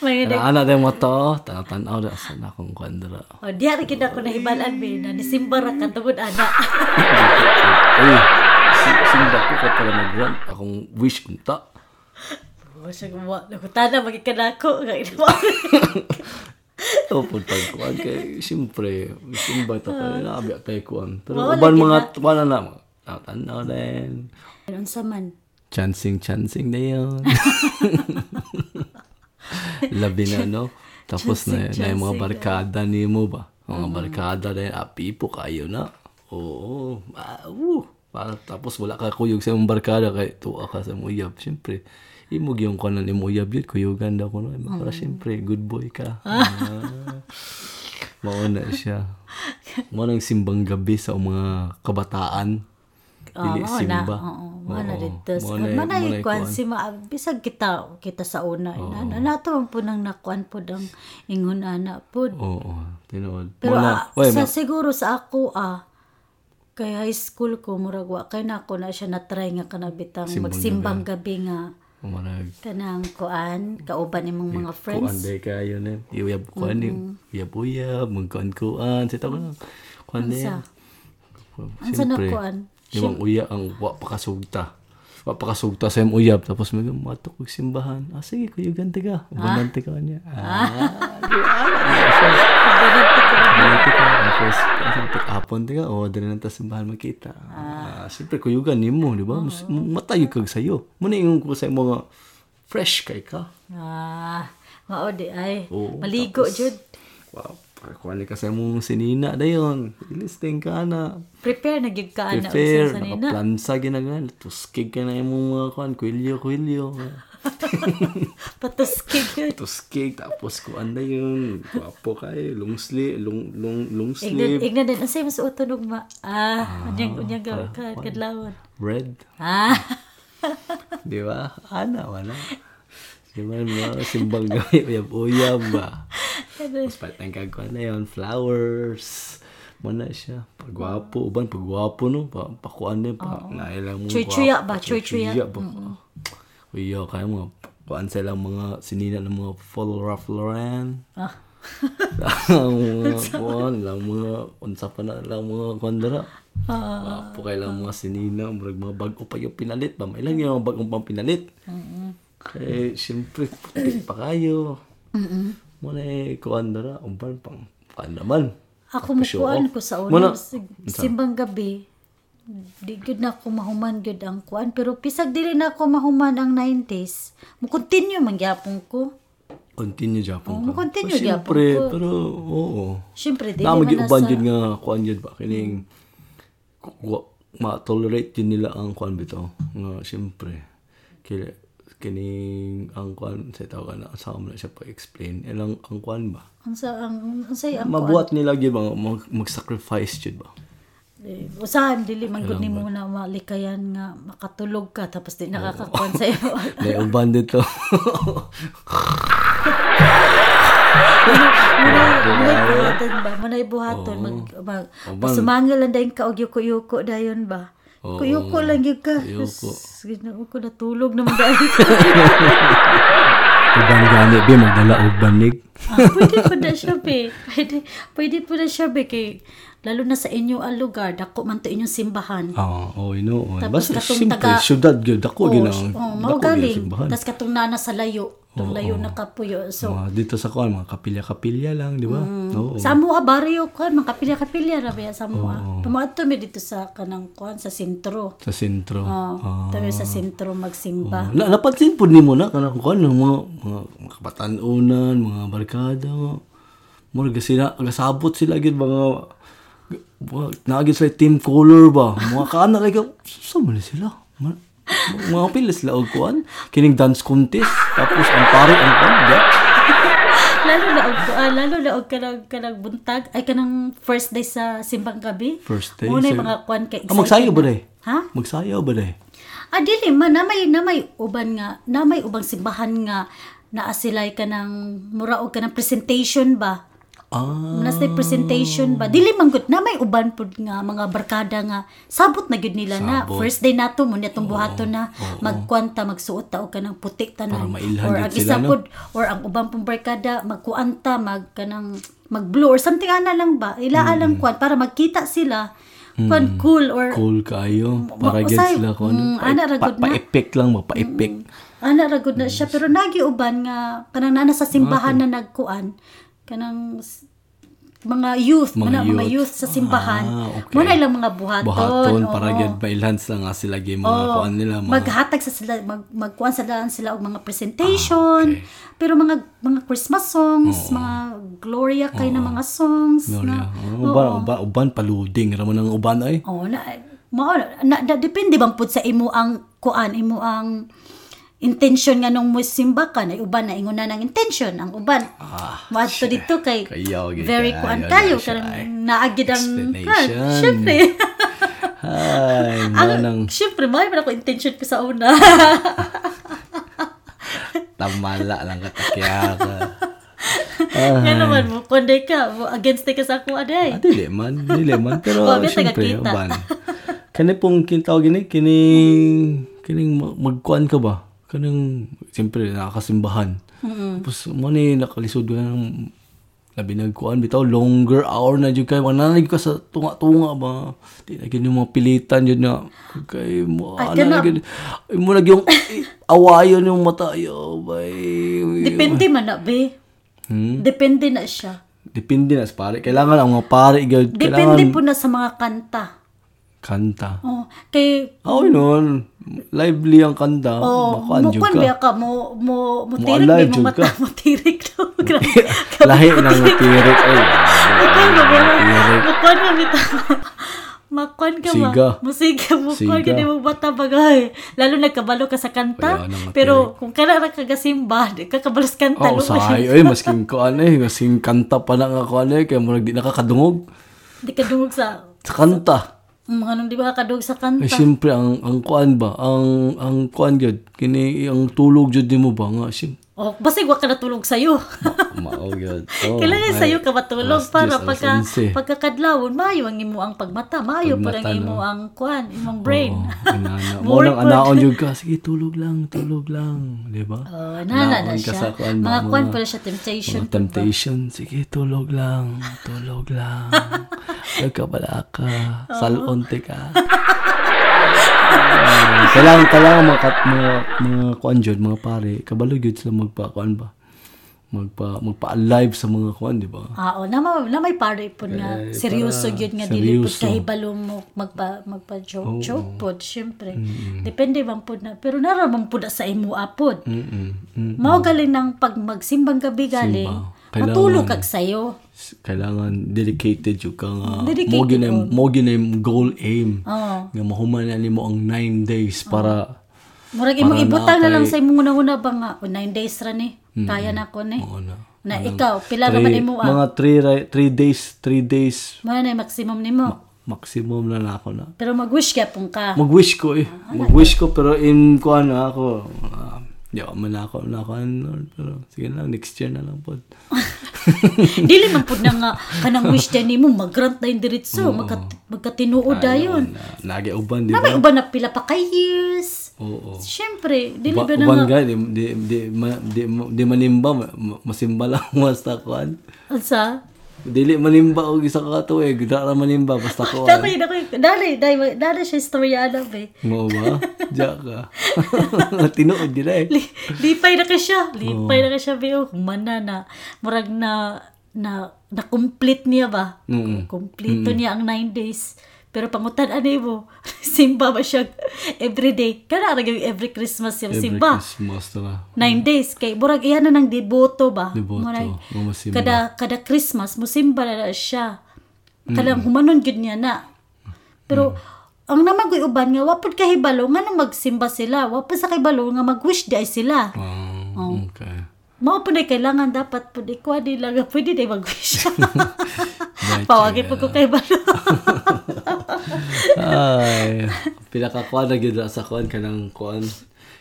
Speaker 3: May
Speaker 2: Anak-anak dia yang mata, oh. tak nak tak nak dah sana akong kandra.
Speaker 3: O, di ari gid ako nahibalan be na nisimba ra ka tungod ana.
Speaker 2: Eh, simba ko ka pala mag-run. Akong wish unta.
Speaker 3: Oo, Oh, siya gumawa. Nakutana, magiging kanako.
Speaker 2: Ito po tagkuhan kay, siyempre, simba ito ka na, abyak tayo kuhan. Pero
Speaker 3: Mawala
Speaker 2: uban
Speaker 3: gid
Speaker 2: mga, wala na, tanaw din.
Speaker 3: Ganun sa man.
Speaker 2: Chancing, chancing na yun. Labi na, no? Tapos na, na yung mga barkada ni mo ba? Ang mga barkada na yun, api po kayo na. Oo. Ah, woo. Ah, tapos wala ka kuyog sa mong barkada kay tuwa ka sa mong uyab. Siyempre, imog yung kanan imong uyab yun, kuyugan daw ko na. Eh, Para siyempre, good boy ka. Ah. Mauna siya. Mauna yung simbang gabi sa mga kabataan.
Speaker 3: Oo,
Speaker 2: Dili
Speaker 3: mao na.
Speaker 2: simba.
Speaker 3: Ah, Oo, mao na
Speaker 2: Oo,
Speaker 3: dito.
Speaker 2: mao
Speaker 3: Kung
Speaker 2: na- mao na
Speaker 3: manay kuan
Speaker 2: ikuan.
Speaker 3: si ma, bisag kita, kita sa una. Ano na to ang punang nakuan po ang ingon ana po.
Speaker 2: Oo, oo. tinuod.
Speaker 3: Pero
Speaker 2: Wala.
Speaker 3: ah,
Speaker 2: Uy,
Speaker 3: sa,
Speaker 2: ma-
Speaker 3: siguro sa ako, ah, kay high school ko, murag wa kay na ako na siya na-try nga kanabitang magsimbang gabi nga
Speaker 2: Umarag.
Speaker 3: kanang kuan, kauban imong mga
Speaker 2: Kuan
Speaker 3: friends.
Speaker 2: day kayo na. Iyuyab kuan ni. Uyab-uyab. Magkuan-kuan. Sita ko lang. Kuan na yan.
Speaker 3: Ansa na kuan?
Speaker 2: Yung uya ang wa pakasugta. Wa pakasugta sa yung uyab. Tapos may matok og simbahan. Ah, sige, kuyugan tiga. Abundante ka niya. Ah. Abundante ka. Tapos, asang tig-apon tiga. O, dali na ta simbahan makita. Ah. Siyempre, kuyugan ni mo, di ba? Mas- Matayo kag sa'yo. Muna yung ko sa mga fresh kay ka.
Speaker 3: Ah, mao di ay.
Speaker 2: Oo,
Speaker 3: Maligo,
Speaker 2: tapos-
Speaker 3: Jud.
Speaker 2: Wow, pakakuha ni ka sa mong sinina na yun. Ilisting ka na.
Speaker 3: Prepare na gig ka ana
Speaker 2: Prepare,
Speaker 3: usa sa nina.
Speaker 2: nakaplansa ginagan. Tuskig ka na yung mga kuhan. Kuilyo, kuilyo.
Speaker 3: Patuskig yun.
Speaker 2: Tuskig, tapos kuhan na yun. Guwapo kayo. Long sleeve, long, long, long
Speaker 3: Ignan,
Speaker 2: sleeve.
Speaker 3: ignan din. Ang sayo mas utunog ma. Ah, unyang, unyang ka, ka, kadlawan.
Speaker 2: Red.
Speaker 3: Ah,
Speaker 2: Di ba? Ana, wala. Di ba mga simbang gamit? Uyab-uyab ba? Tapos patang kagkuhan na yun. Flowers. Muna siya. Pagwapo. Uban, pagwapo no. Pa, pakuan na yun. Pa, Nailang mo.
Speaker 3: Chuy-chuya
Speaker 2: guwapo.
Speaker 3: ba? Chuy-chuya?
Speaker 2: Chuy-chuya ba? Uyo, kaya mga pakuan sa ilang mga sinina ng mga follower of Loran.
Speaker 3: Ah.
Speaker 2: Ang mga kuan, lang mga unsa pa na lang mga kondra. Ah, po kay lang mga sinina, murag mga bago pa yung pinalit ba? Ilang yung mga bagong pang pinalit. Kay siyempre putik pa kayo. Muna eh, kondra, umpan pang paan naman.
Speaker 3: ako mukuan ko sa
Speaker 2: Muna.
Speaker 3: una. sig- Simbang gabi. Di gud na ako mahuman gud ang kuan. Pero pisag dili na ako mahuman ang 90s. Mukontinue man gyapon ko.
Speaker 2: Continue Japon
Speaker 3: Oo, continue
Speaker 2: Pero
Speaker 3: gyapon
Speaker 2: siyempre,
Speaker 3: ko.
Speaker 2: pero oo.
Speaker 3: Siyempre, dili
Speaker 2: Na
Speaker 3: man
Speaker 2: maging
Speaker 3: na
Speaker 2: uban
Speaker 3: sa...
Speaker 2: yun nga kuan yun ba? Kining ku- wa- ma-tolerate yun nila ang kuan bito. Nga siyempre. Kila kining ang kuan sa tawag na sa mo na siya pa-explain. Ilang ang kuan ba?
Speaker 3: Ang sa, ang, ang sayo ang kuan.
Speaker 2: Mabuhat nila gyud ba mag- mag-sacrifice yun ba?
Speaker 3: Eh, Usahan, dili man gud nimo na malikayan nga makatulog ka tapos di nakakakuan sa iyo.
Speaker 2: May uban dito.
Speaker 3: Manay buhaton ba? Manay buhaton. Mag, mag,
Speaker 2: Abang.
Speaker 3: pasumangil lang dahil ka o yuko-yuko dayon ba?
Speaker 2: Oo.
Speaker 3: Kuyuko lang yun ka.
Speaker 2: Kuyuko.
Speaker 3: Ginawa ko natulog naman dahil.
Speaker 2: uban gani bi magdala og banig.
Speaker 3: Ah, pwede po na siya, be. Pwede, pwede po na siya, be. Kay, lalo na sa inyo ang lugar, dako man to inyong simbahan.
Speaker 2: Ah, oh, ino. Oh.
Speaker 3: Tapos
Speaker 2: Basta
Speaker 3: katong
Speaker 2: siyempre,
Speaker 3: taga-
Speaker 2: syudad gyud ako
Speaker 3: Oo,
Speaker 2: gina.
Speaker 3: s- oo,
Speaker 2: dako
Speaker 3: mao
Speaker 2: gyud ang
Speaker 3: oh, galing.
Speaker 2: simbahan.
Speaker 3: Tapos katong nana sa layo. Ang layo na kapuyo. So,
Speaker 2: Mga Ah, dito sa kuan, mga kapilya-kapilya lang, di ba? Oo.
Speaker 3: Mm. sa Samoa, barrio ko, mga kapilya-kapilya na ba yan, Samoa. Tumaad ah. to, may dito sa kanang kuan, sa sentro.
Speaker 2: Sa sentro. Ah.
Speaker 3: Oh, sa sentro magsimba.
Speaker 2: Na, napansin po nimo na kanang kuan ng mga mga, mga kabatanunan, mga barkada. Murag sila gasabot sila gid mga mga- nagis sila team color ba. Mga kana kay ka. Saan man sila? Ma- Mga pilis laog kuan. Kining dance contest. Tapos ang pari ang kuan. judge.
Speaker 3: lalo na og ah, lalo na og kanang kanang buntag ay kanang first day sa simbang gabi.
Speaker 2: First day.
Speaker 3: Muna
Speaker 2: sa-
Speaker 3: mga kwan kay
Speaker 2: Ah, magsayaw ba day?
Speaker 3: Ha?
Speaker 2: Magsayaw ba day?
Speaker 3: Ah, dili man namay namay uban nga namay ubang simbahan nga naa sila'y kanang mura og kanang presentation ba.
Speaker 2: Ah.
Speaker 3: Nasay presentation ba? Dili man gud namay uban pud nga mga barkada nga sabot na gud nila na
Speaker 2: Sabot.
Speaker 3: first day nato mo nitong buhaton na magkwanta magsuot ta og kanang puti
Speaker 2: Para
Speaker 3: tanan.
Speaker 2: mailhan
Speaker 3: or
Speaker 2: gud
Speaker 3: ang
Speaker 2: sila,
Speaker 3: isa
Speaker 2: no?
Speaker 3: pud or ang uban pong barkada magkuanta mag kanang mag-blue or something ana lang ba? Ilaa lang kwan para magkita sila. Kwan cool or
Speaker 2: Cool kayo. Para gets
Speaker 3: Usay.
Speaker 2: sila kuan.
Speaker 3: Mm, ana ra gud na. Mm.
Speaker 2: Pa-effect lang mo. Pa-effect.
Speaker 3: ana ra gud na siya pero nagiuban nga kanang naa
Speaker 2: Ah,
Speaker 3: sa simbahan na nagkuan kanang s- mga youth
Speaker 2: Mga
Speaker 3: mga, mga
Speaker 2: youth.
Speaker 3: youth sa simbahan
Speaker 2: Ah, okay.
Speaker 3: muna ilang mga buhaton,
Speaker 2: Buhaton.
Speaker 3: oo.
Speaker 2: Para gets ba-enhance lang nga sila game mga
Speaker 3: Oo.
Speaker 2: kuan nila. Mga
Speaker 3: maghatag sa sila mag, magkuan sa daan sila og mga
Speaker 2: Ah,
Speaker 3: presentation pero mga mga Christmas songs mga Gloria kay na mga songs
Speaker 2: Gloria.
Speaker 3: na
Speaker 2: Oh, uban, uban, uban, paluding. Raman ang uban ay.
Speaker 3: Oh, na, mao na, na- depende bang pud sa imo ang kuan, imo ang intention nga nung musimba ka na uban na ingon na ng intention ang uban. Ah, Maadto dito kay
Speaker 2: Kayaw gyud
Speaker 3: very
Speaker 2: kayo
Speaker 3: kuan
Speaker 2: na
Speaker 3: tayo
Speaker 2: siya, ay.
Speaker 3: karang naagid ang kuan.
Speaker 2: Explanation.
Speaker 3: Syempre.
Speaker 2: Ay, manang
Speaker 3: Ang, syempre, mahal man ako intention ko sa una.
Speaker 2: Ah. tamala lang katakya ka.
Speaker 3: Nga naman mo, kunday ka, mo against ka sa ako aday.
Speaker 2: Ah, dili man, dili man. Pero
Speaker 3: Wa, may
Speaker 2: syempre,
Speaker 3: tagakita.
Speaker 2: uban. Kani pong kintawag gini, kining, kining eh, ma- magkuan ka ba? Kanang, siyempre, nakakasimbahan. Tapos, mo ni, nakalisod ka ng labi nagkuan bitaw longer hour na jud kay manalig ka sa tunga-tunga ba di na gini mga pilitan jud na kay mo
Speaker 3: Ay,
Speaker 2: ana na
Speaker 3: ganap.
Speaker 2: gini mo nag yung awayon yung mata yo bay
Speaker 3: Depende man na, be.
Speaker 2: Hmm?
Speaker 3: Depende na siya.
Speaker 2: Depende na sa pare. Kailangan ang mga pare. gyud. Kailangan
Speaker 3: Depende po na sa mga kanta.
Speaker 2: kanta.
Speaker 3: Oh, kay
Speaker 2: Oo Ah, nun. Lively ang kanta.
Speaker 3: Oh,
Speaker 2: Baka anjog
Speaker 3: mukwan
Speaker 2: ka.
Speaker 3: ba ka mo mo
Speaker 2: Mo
Speaker 3: mo tirik
Speaker 2: alive,
Speaker 3: di
Speaker 2: jud
Speaker 3: mo mata
Speaker 2: ka.
Speaker 3: mo tirik daw. Grabe.
Speaker 2: Lahi ng eh. matirik. Ay,
Speaker 3: Mukwan ba mo?
Speaker 2: Tirik.
Speaker 3: Mukwan ba bitaw? Makwan ka ba?
Speaker 2: Siga.
Speaker 3: Musiga. Mukwan ka
Speaker 2: Siga.
Speaker 3: di mo mata bagay. Lalo nagkabalo ka sa
Speaker 2: Wala
Speaker 3: kanta.
Speaker 2: nang matirik.
Speaker 3: Pero kung kana ra kagasimba, di ka kabalos kanta.
Speaker 2: Oo,
Speaker 3: no?
Speaker 2: sahay. Ay, masking ko ano eh. Masking kanta pa lang ako ano eh. Kaya murag di nakakadungog.
Speaker 3: Di ka dungog sa...
Speaker 2: Sa kanta.
Speaker 3: Mga nung di ba ka kadungog sa
Speaker 2: Ay,
Speaker 3: kanta?
Speaker 2: siyempre, ang, ang kuan ba? Ang, ang kuan yun. Kini, ang tulog yun di mo ba? Nga, siyempre.
Speaker 3: Oh, basig wa ka natulog sa'yo.
Speaker 2: Mao yun.
Speaker 3: Kailangan sa'yo ka matulog
Speaker 2: Alas
Speaker 3: para
Speaker 2: 10,
Speaker 3: pagka,
Speaker 2: alas 11.
Speaker 3: pagkakadlawon, mayo ang imo ang pagmata, mayo pa
Speaker 2: Pagmata,
Speaker 3: ang imo
Speaker 2: no?
Speaker 3: ang kuan, imong brain.
Speaker 2: Mo
Speaker 3: More
Speaker 2: nang
Speaker 3: pa-
Speaker 2: anaon yun ka. Sige, tulog lang, tulog lang. Di ba?
Speaker 3: Oh, nala na
Speaker 2: Anaon ka sa
Speaker 3: siya.
Speaker 2: kuan ba,
Speaker 3: Mga kuan
Speaker 2: mga-
Speaker 3: pala siya temptation.
Speaker 2: Mga temptation, sige, tulog lang, tulog lang. Nagkabala ka, salonte ka. Ah, kailangan, kailangan mga, kat- mga, mga kuan dyan, mga pare, kabalo yun sila magpa, kuan ba? Magpa, magpa-alive sa mga kuan, di ba?
Speaker 3: Ah, oh, nama na may pare po nga seryoso
Speaker 2: Eh, para-
Speaker 3: gyud nga dili pud
Speaker 2: seryoso.
Speaker 3: kahibalo mo magpa magpa joke joke pod syempre. Depende bang pod na pero naramang pod na sa imo apod.
Speaker 2: Mm-mm. mm.
Speaker 3: Mao galing ng pag magsimbang gabi galing.
Speaker 2: Simba. Kailangan-
Speaker 3: Matulog kag sayo.
Speaker 2: S- Kailangan dedicated yun ka nga.
Speaker 3: Dedicated
Speaker 2: Mo gina- mo gina- goal aim.
Speaker 3: Oo.
Speaker 2: Nga mahuman na nimo ang nine days para
Speaker 3: Murag imo
Speaker 2: Para na
Speaker 3: ibutang na lang
Speaker 2: kay-
Speaker 3: sa imong una-una ba nga o nine days ra ni. Kaya na ko ni.
Speaker 2: Hmm. Oo na.
Speaker 3: Na ikaw pila ra
Speaker 2: Three-
Speaker 3: man imo ah.
Speaker 2: Mga 3 three days, 3 days
Speaker 3: Mao na yung maximum nimo.
Speaker 2: maximum na na ako na.
Speaker 3: Pero mag-wish ka pong ka.
Speaker 2: Mag-wish ko eh.
Speaker 3: Ah, ano?
Speaker 2: Mag-wish ko pero in ko ano ako. ah, Di ako man ako na ako ano, pero sige na lang next year na lang po.
Speaker 3: Oh, Dili man pud na nga kanang wish din nimo magrant na yung diretso, magkat magkatinuod dayon.
Speaker 2: Nagi uban di
Speaker 3: Na
Speaker 2: ba?
Speaker 3: may uban na pila pa ka years.
Speaker 2: Diba? Oo.
Speaker 3: Siyempre, dili
Speaker 2: Uba-
Speaker 3: ba na
Speaker 2: uban ka,
Speaker 3: nga
Speaker 2: di, di, di, ma- di, ma- di manimba, ma- ma- masimba lang basta kuan.
Speaker 3: unsa?
Speaker 2: Dili manimba og isa ka to eh, gudra ra manimba
Speaker 3: Ah,
Speaker 2: basta ah. kuan.
Speaker 3: Dali, dali, dali, dali, dali siya istorya alam eh.
Speaker 2: Mo ba? Diya ka. Tinuod gid eh.
Speaker 3: Li- Lipay na ka siya. Lipay na ka siya, Beo. Humana na. Murag na, na, na-complete niya ba?
Speaker 2: Mm.
Speaker 3: Kompleto niya ang nine days. Pero pangutan, ano mo? Simba ba siya everyday? Kaya na yung every Christmas yung
Speaker 2: Every
Speaker 3: simba.
Speaker 2: Christmas na.
Speaker 3: Nine days. Kay, murag iyan na ng deboto ba?
Speaker 2: Deboto,
Speaker 3: Murag,
Speaker 2: mga masimba.
Speaker 3: Kada, kada Christmas, musimba na, na siya. Kalang humanon yun niya na. Pero, ang naman ko'y uban nga wapod kahibalo nga nang magsimba sila wapod sa kahibalo nga mag-wish di ay sila
Speaker 2: Oh, okay.
Speaker 3: mao po na kailangan dapat po di kwa di lang pwede di mag-wish
Speaker 2: Right,
Speaker 3: pawagi po ko kahibalo
Speaker 2: Ay, pinakakuan na gyud sa kuan kanang kuan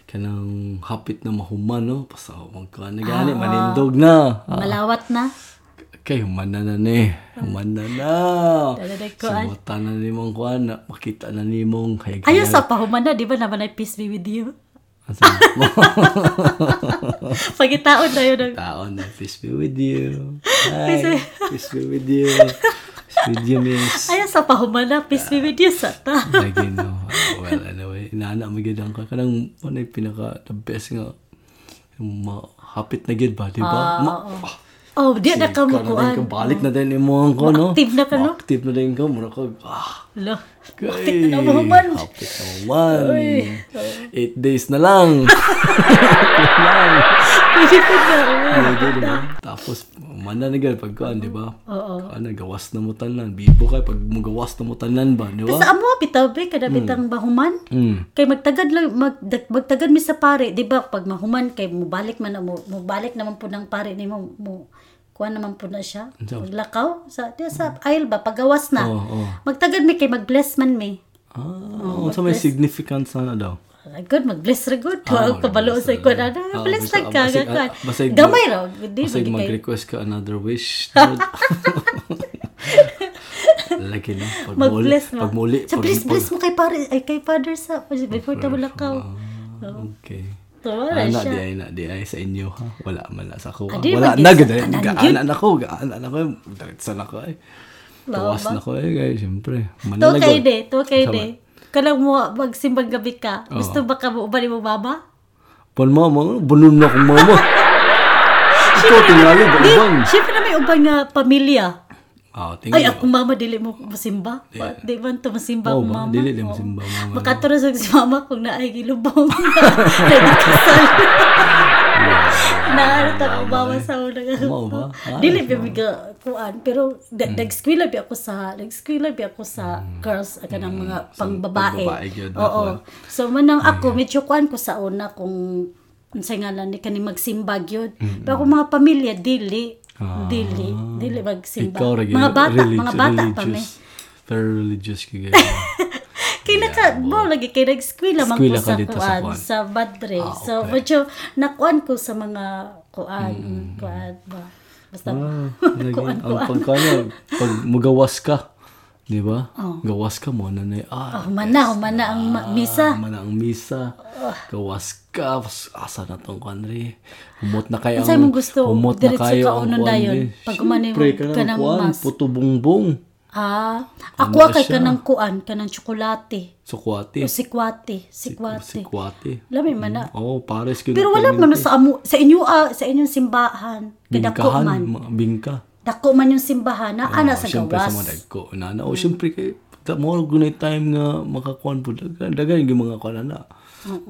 Speaker 2: kanang hapit na mahuman no pasawang kuan na
Speaker 3: Ah.
Speaker 2: gani manindog na
Speaker 3: malawat na
Speaker 2: kay human na na ni human na na
Speaker 3: Daladag kuan.
Speaker 2: sumata na ni mong kuan na makita na ni mong hayag
Speaker 3: ayaw sa pahuman na di ba naman ay peace be with you pagitaon na yun ang-
Speaker 2: taon na peace be with you Hi, peace be with you peace be with you miss
Speaker 3: ayaw sa pahuman na peace be with you sa ta
Speaker 2: Lagi no. Well, anyway, inaana mo gid ang ka kanang ano yung pinaka the best nga ma hapit na gid ba, di ba? Ma- ah,
Speaker 3: oh di na
Speaker 2: ikaw
Speaker 3: ka
Speaker 2: na din ka,
Speaker 3: makuan
Speaker 2: balik na din imo ang ko no.
Speaker 3: Ma-active na ka, no?
Speaker 2: Active na din ka mura ka. Ah,
Speaker 3: lo
Speaker 2: kay,
Speaker 3: hapit na oh. mahuman
Speaker 2: Hapit na mahuman. Eight days na lang. lang.
Speaker 3: pwede po na
Speaker 2: Medyo, di ba? Tapos, mana na gid pag kuan, di ba? Oo. Ano, gawas na mo tanan. Bibo kay pag mo gawas na mo tanan ba, di ba?
Speaker 3: Sa amo bitaw be
Speaker 2: Mm.
Speaker 3: kada bitang bahuman. Kay magtagad lang mag, dag- magtagad mi sa pare, 'di ba? Pag mahuman kay mubalik man na- mo mubalik naman po ng pare ni mo, mo kuha naman po na siya. Paglakaw sa di, sa aisle ba pagawas na.
Speaker 2: Oo, oo.
Speaker 3: Magtagad mi kay mag-bless man mi.
Speaker 2: Ah, unsa may significance na daw?
Speaker 3: Ah, Good, mag-bless ra
Speaker 2: Ah,
Speaker 3: good. Tuwag pabalo
Speaker 2: mag-bless
Speaker 3: sa
Speaker 2: ra
Speaker 3: ikon.
Speaker 2: good.
Speaker 3: Ana,
Speaker 2: Ah,
Speaker 3: bless
Speaker 2: basta-
Speaker 3: lang ka.
Speaker 2: basig-
Speaker 3: gagawin.
Speaker 2: ah, basig-
Speaker 3: Gamay ra. Di
Speaker 2: Kasi
Speaker 3: ba kay
Speaker 2: mag-request ka another wish. Lagi na. Pag muli.
Speaker 3: mag-bless mo.
Speaker 2: Pag muli.
Speaker 3: Sa
Speaker 2: pag-
Speaker 3: please
Speaker 2: pag-
Speaker 3: bless mo kay pare, ay kay father sa before ta
Speaker 2: Ah,
Speaker 3: lakaw.
Speaker 2: Okay.
Speaker 3: Tuwa ra
Speaker 2: Ana di
Speaker 3: siya. Ah,
Speaker 2: ay na di ay eh, sa inyo ha. Wala man na sa ako. ha?
Speaker 3: Adi,
Speaker 2: Wala
Speaker 3: magdi-
Speaker 2: na eh. gud ay.
Speaker 3: kanan
Speaker 2: Gaan na ko, gaan na ko. Diretso na ko ay. eh. Tuwas na ko eh, guys, syempre.
Speaker 3: To kay
Speaker 2: Manalagod.
Speaker 3: de, to kay
Speaker 2: Tama.
Speaker 3: de. Kanang mo magsimbang gabi ka.
Speaker 2: Oo.
Speaker 3: Gusto ba ka mo ubali mo baba?
Speaker 2: Pon mo mo, bunun na kong mama. Ikaw tingali,
Speaker 3: Di,
Speaker 2: ganun.
Speaker 3: syempre na may ubang nga pamilya.
Speaker 2: Ah,
Speaker 3: Ay,
Speaker 2: tingin.
Speaker 3: akong mama dili mo masimba.
Speaker 2: Yeah.
Speaker 3: Di ba to masimba
Speaker 2: Oo
Speaker 3: akong
Speaker 2: ba?
Speaker 3: mama?
Speaker 2: Dili di mo
Speaker 3: Oo.
Speaker 2: simba, mama, no?
Speaker 3: Makaturo sa si mama kung naay gilubong. Nagkasal. Naarot ako mama sa unang
Speaker 2: Mao ba? Ah, Mm.
Speaker 3: Dili ba mga kuan pero da- nag-skwila bi ako sa nag-skwila bi ako sa girls aga ng mga
Speaker 2: Mm.
Speaker 3: pangbabae.
Speaker 2: pangbabae gyud na kuan.
Speaker 3: Oo. So manang ako medyo kuan ko sa una kung unsay ngalan ni kani magsimba gyud. Pero ako mga pamilya dili
Speaker 2: Ah.
Speaker 3: dili dili magsimba.
Speaker 2: Ikaw ra gyud,
Speaker 3: mga bata,
Speaker 2: relig-
Speaker 3: mga bata pa may.
Speaker 2: religious. Very religious ka gaya.
Speaker 3: Kay naka, mo lagi kay nag-skwila man ko
Speaker 2: Skwela oh. ka
Speaker 3: sa
Speaker 2: dito sa
Speaker 3: kuan,
Speaker 2: kuan.
Speaker 3: sa badre.
Speaker 2: Ah,
Speaker 3: So,
Speaker 2: okay. Mm,
Speaker 3: medyo nakuan ko sa mga kuan, kuan ba. Basta,
Speaker 2: Lagi, Ah, ang pagkanya, pag magawas ka, di ba?
Speaker 3: Oh.
Speaker 2: Gawas ka mo, nanay, ah,
Speaker 3: human na, human na ang ma- misa. Oh.
Speaker 2: tama na ang Ah, misa. Gawas ka, pas- asa na tong kanri. Humot na kayo.
Speaker 3: Unsay mong gusto,
Speaker 2: humot na
Speaker 3: diretso
Speaker 2: kayo
Speaker 3: ka unon dayon. Pag umani mo,
Speaker 2: ka
Speaker 3: kanang
Speaker 2: ng kuwan,
Speaker 3: mas-
Speaker 2: puto bongbong.
Speaker 3: Ah,
Speaker 2: na
Speaker 3: ako kay
Speaker 2: Ano siya?
Speaker 3: kanang kuan, kanang tsokolate.
Speaker 2: Sukwate.
Speaker 3: O sikwate, sikwate.
Speaker 2: Sikwate.
Speaker 3: Lami man na.
Speaker 2: Oh, pares ko.
Speaker 3: Pero wala man sa amo, sa inyo ah, sa inyong simbahan, kadako
Speaker 2: Bingkahan,
Speaker 3: man.
Speaker 2: ma- bingka.
Speaker 3: Dako man yung simbahan na ana sa
Speaker 2: Siyempre Ah, sa mga
Speaker 3: gawas.
Speaker 2: dagko na na. O siyempre kay ta mo gunay time nga makakuan po dagan dagan yung mga kuan na.